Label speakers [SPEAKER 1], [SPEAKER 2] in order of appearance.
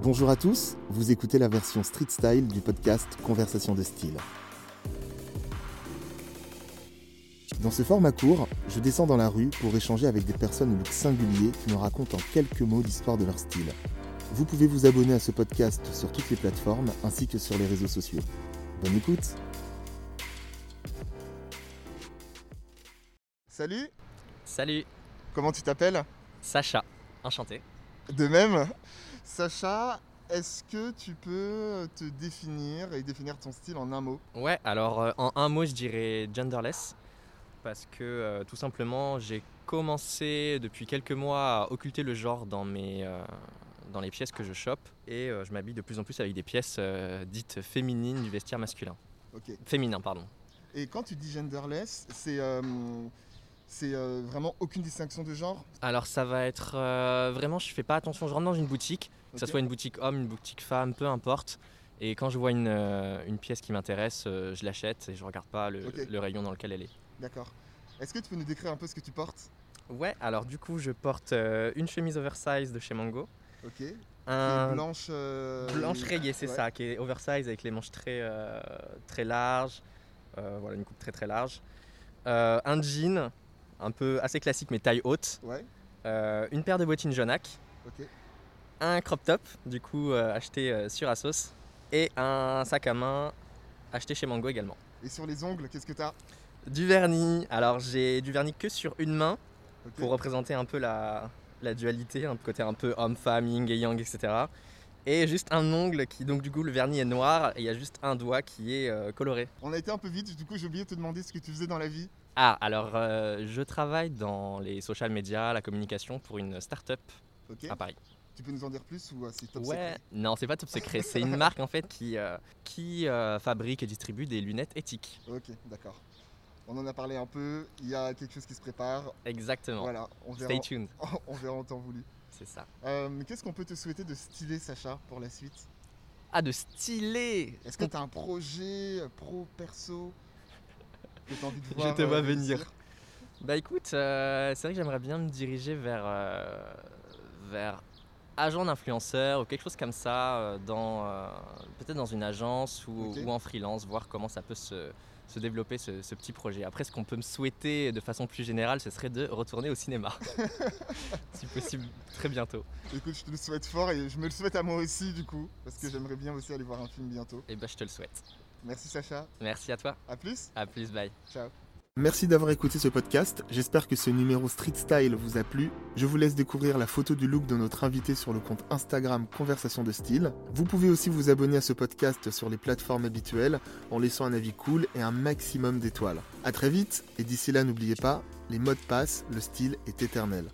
[SPEAKER 1] Bonjour à tous, vous écoutez la version street style du podcast Conversation de style. Dans ce format court, je descends dans la rue pour échanger avec des personnes au look singulier qui me racontent en quelques mots l'histoire de leur style. Vous pouvez vous abonner à ce podcast sur toutes les plateformes ainsi que sur les réseaux sociaux. Bonne écoute Salut,
[SPEAKER 2] Salut,
[SPEAKER 1] comment tu t'appelles
[SPEAKER 2] Sacha, enchanté.
[SPEAKER 1] De même, Sacha, est-ce que tu peux te définir et définir ton style en un mot
[SPEAKER 2] Ouais, alors euh, en un mot, je dirais genderless, parce que euh, tout simplement, j'ai commencé depuis quelques mois à occulter le genre dans, mes, euh, dans les pièces que je chope, et euh, je m'habille de plus en plus avec des pièces euh, dites féminines du vestiaire masculin.
[SPEAKER 1] Ok.
[SPEAKER 2] Féminin, pardon.
[SPEAKER 1] Et quand tu dis genderless, c'est euh, c'est, euh, vraiment aucune distinction de genre
[SPEAKER 2] Alors ça va être euh, vraiment, je fais pas attention, je rentre dans une boutique, que ce
[SPEAKER 1] Ok.
[SPEAKER 2] soit une boutique homme, une boutique femme, peu importe. Et quand je vois une, euh, une pièce qui m'intéresse, euh, je l'achète et je regarde pas le-
[SPEAKER 1] Ok.
[SPEAKER 2] le rayon dans lequel elle est.
[SPEAKER 1] D'accord. Est-ce que tu peux nous décrire un peu ce que tu portes
[SPEAKER 2] Ouais, alors du coup, je porte euh, une chemise oversize de chez Mango,
[SPEAKER 1] Ok. Qui est
[SPEAKER 2] un
[SPEAKER 1] Blanche. euh,
[SPEAKER 2] blanche rayée, c'est
[SPEAKER 1] ouais.
[SPEAKER 2] ça, qui est oversize avec les manches très, euh, très larges, euh, voilà, une coupe très très large, Euh, un jean, un peu assez classique mais taille haute,
[SPEAKER 1] Ouais.
[SPEAKER 2] Euh, une paire de bottines jaunac,
[SPEAKER 1] Ok.
[SPEAKER 2] un crop top, du coup euh, acheté euh, sur Asos, et un sac à main acheté chez Mango également.
[SPEAKER 1] Et sur les ongles, qu'est-ce que t'as
[SPEAKER 2] Du vernis, alors j'ai du vernis que sur une main,
[SPEAKER 1] Ok.
[SPEAKER 2] pour représenter un peu la, la dualité, un côté un peu homme-femme, yin et yang, etc. Et juste un ongle qui, donc du coup, le vernis est noir et il y a juste un doigt qui est euh, coloré.
[SPEAKER 1] On a été un peu vite, du coup j'ai oublié de te demander ce que tu faisais dans la vie.
[SPEAKER 2] Ah, alors euh, je travaille dans les social media, la communication pour une start-up
[SPEAKER 1] Ok.
[SPEAKER 2] à Paris.
[SPEAKER 1] Tu peux nous en dire plus ou euh, c'est top
[SPEAKER 2] ouais,
[SPEAKER 1] secret
[SPEAKER 2] non, c'est pas top secret, c'est une marque en fait qui, euh, qui euh, fabrique et distribue des lunettes éthiques.
[SPEAKER 1] Ok, d'accord. On en a parlé un peu, il y a quelque chose qui se prépare.
[SPEAKER 2] Exactement.
[SPEAKER 1] Voilà, on verra,
[SPEAKER 2] Stay tuned,
[SPEAKER 1] on verra en temps voulu.
[SPEAKER 2] c'est ça.
[SPEAKER 1] Euh, mais qu'est-ce qu'on peut te souhaiter de stylé, Sacha, pour la suite
[SPEAKER 2] Ah, de stylé
[SPEAKER 1] Est-ce que tu as un projet euh, pro, perso que t'as envie de
[SPEAKER 2] Je
[SPEAKER 1] voir euh,
[SPEAKER 2] te vois
[SPEAKER 1] réussir
[SPEAKER 2] venir. euh, Bah écoute, euh, c'est vrai que j'aimerais bien me diriger vers, euh, vers agent d'influenceur ou quelque chose comme ça, euh, dans, euh, peut-être dans une agence ou,
[SPEAKER 1] Ok.
[SPEAKER 2] ou en freelance, voir comment ça peut se, se développer ce, ce petit projet. Après, ce qu'on peut me souhaiter de façon plus générale, ce serait de retourner au cinéma, si possible très bientôt.
[SPEAKER 1] Écoute, je te le souhaite fort et je me le souhaite à moi aussi, du coup, parce que j'aimerais bien aussi aller voir un film bientôt.
[SPEAKER 2] Et bah je te le souhaite.
[SPEAKER 1] Merci, Sacha.
[SPEAKER 2] Merci à toi,
[SPEAKER 1] À plus.
[SPEAKER 2] à plus, bye.
[SPEAKER 1] Ciao.
[SPEAKER 3] Merci d'avoir écouté ce podcast, j'espère que ce numéro Street Style vous a plu. Je vous laisse découvrir la photo du look de notre invité sur le compte Instagram Conversation de Style. Vous pouvez aussi vous abonner à ce podcast sur les plateformes habituelles en laissant un avis cool et un maximum d'étoiles. A très vite, et d'ici là n'oubliez pas, les modes passent, le style est éternel.